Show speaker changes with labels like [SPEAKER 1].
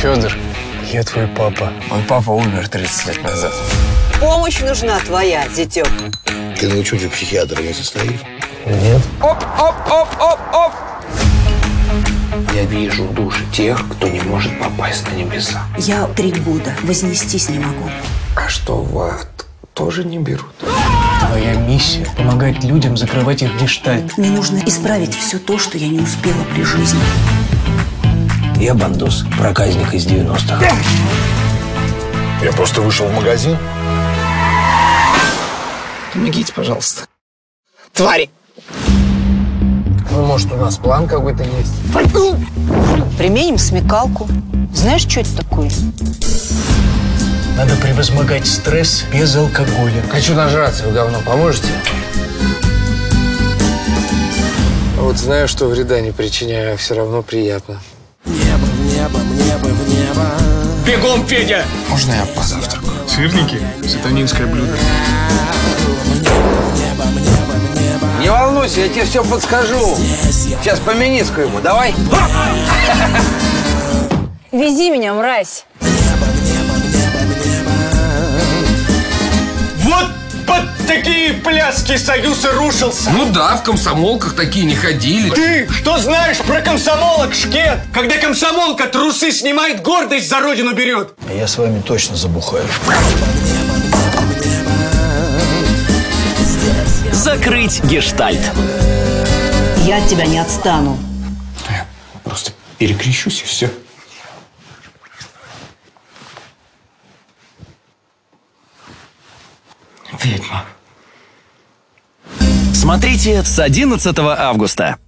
[SPEAKER 1] Федор, я твой папа.
[SPEAKER 2] Мой папа умер 30 лет назад.
[SPEAKER 3] Помощь нужна твоя, зятек.
[SPEAKER 4] Ты на учете психиатра не состоишь?
[SPEAKER 1] Нет?
[SPEAKER 2] Я вижу души тех, кто не может попасть на небеса.
[SPEAKER 5] Я три года вознестись не могу.
[SPEAKER 2] А что, в ад тоже не берут?
[SPEAKER 1] Твоя миссия – помогать людям закрывать их гештальт.
[SPEAKER 5] Мне нужно исправить все то, что я не успела при жизни.
[SPEAKER 2] Я бандос, проказник из 90-х.
[SPEAKER 4] Я просто вышел в магазин.
[SPEAKER 2] Помогите, пожалуйста. Твари!
[SPEAKER 1] Ну, может, у нас план какой-то есть?
[SPEAKER 3] Применим смекалку. Знаешь, что это такое?
[SPEAKER 1] Надо превозмогать стресс без алкоголя.
[SPEAKER 2] Хочу нажраться, вы говно поможете?
[SPEAKER 6] А Вот знаю, что вреда не причиняю, а все равно приятно.
[SPEAKER 2] Можно я позавтракаю?
[SPEAKER 1] Сырники – сатанинское блюдо.
[SPEAKER 2] Не волнуйся, я тебе все подскажу. Сейчас по миниску ему, давай.
[SPEAKER 7] Вези меня, мразь.
[SPEAKER 8] Вот под такие пляски Союз и рушился.
[SPEAKER 2] Ну да, в комсомолках такие не ходили.
[SPEAKER 8] Ты что знаешь про комсомолок, Шкет? Когда комсомолка трусы снимает, гордость за родину берет.
[SPEAKER 1] Я с вами точно забухаю.
[SPEAKER 9] Закрыть гештальт.
[SPEAKER 3] Я от тебя не отстану.
[SPEAKER 2] Просто перекрещусь и все. Ведьма.
[SPEAKER 9] Смотрите с 11 августа.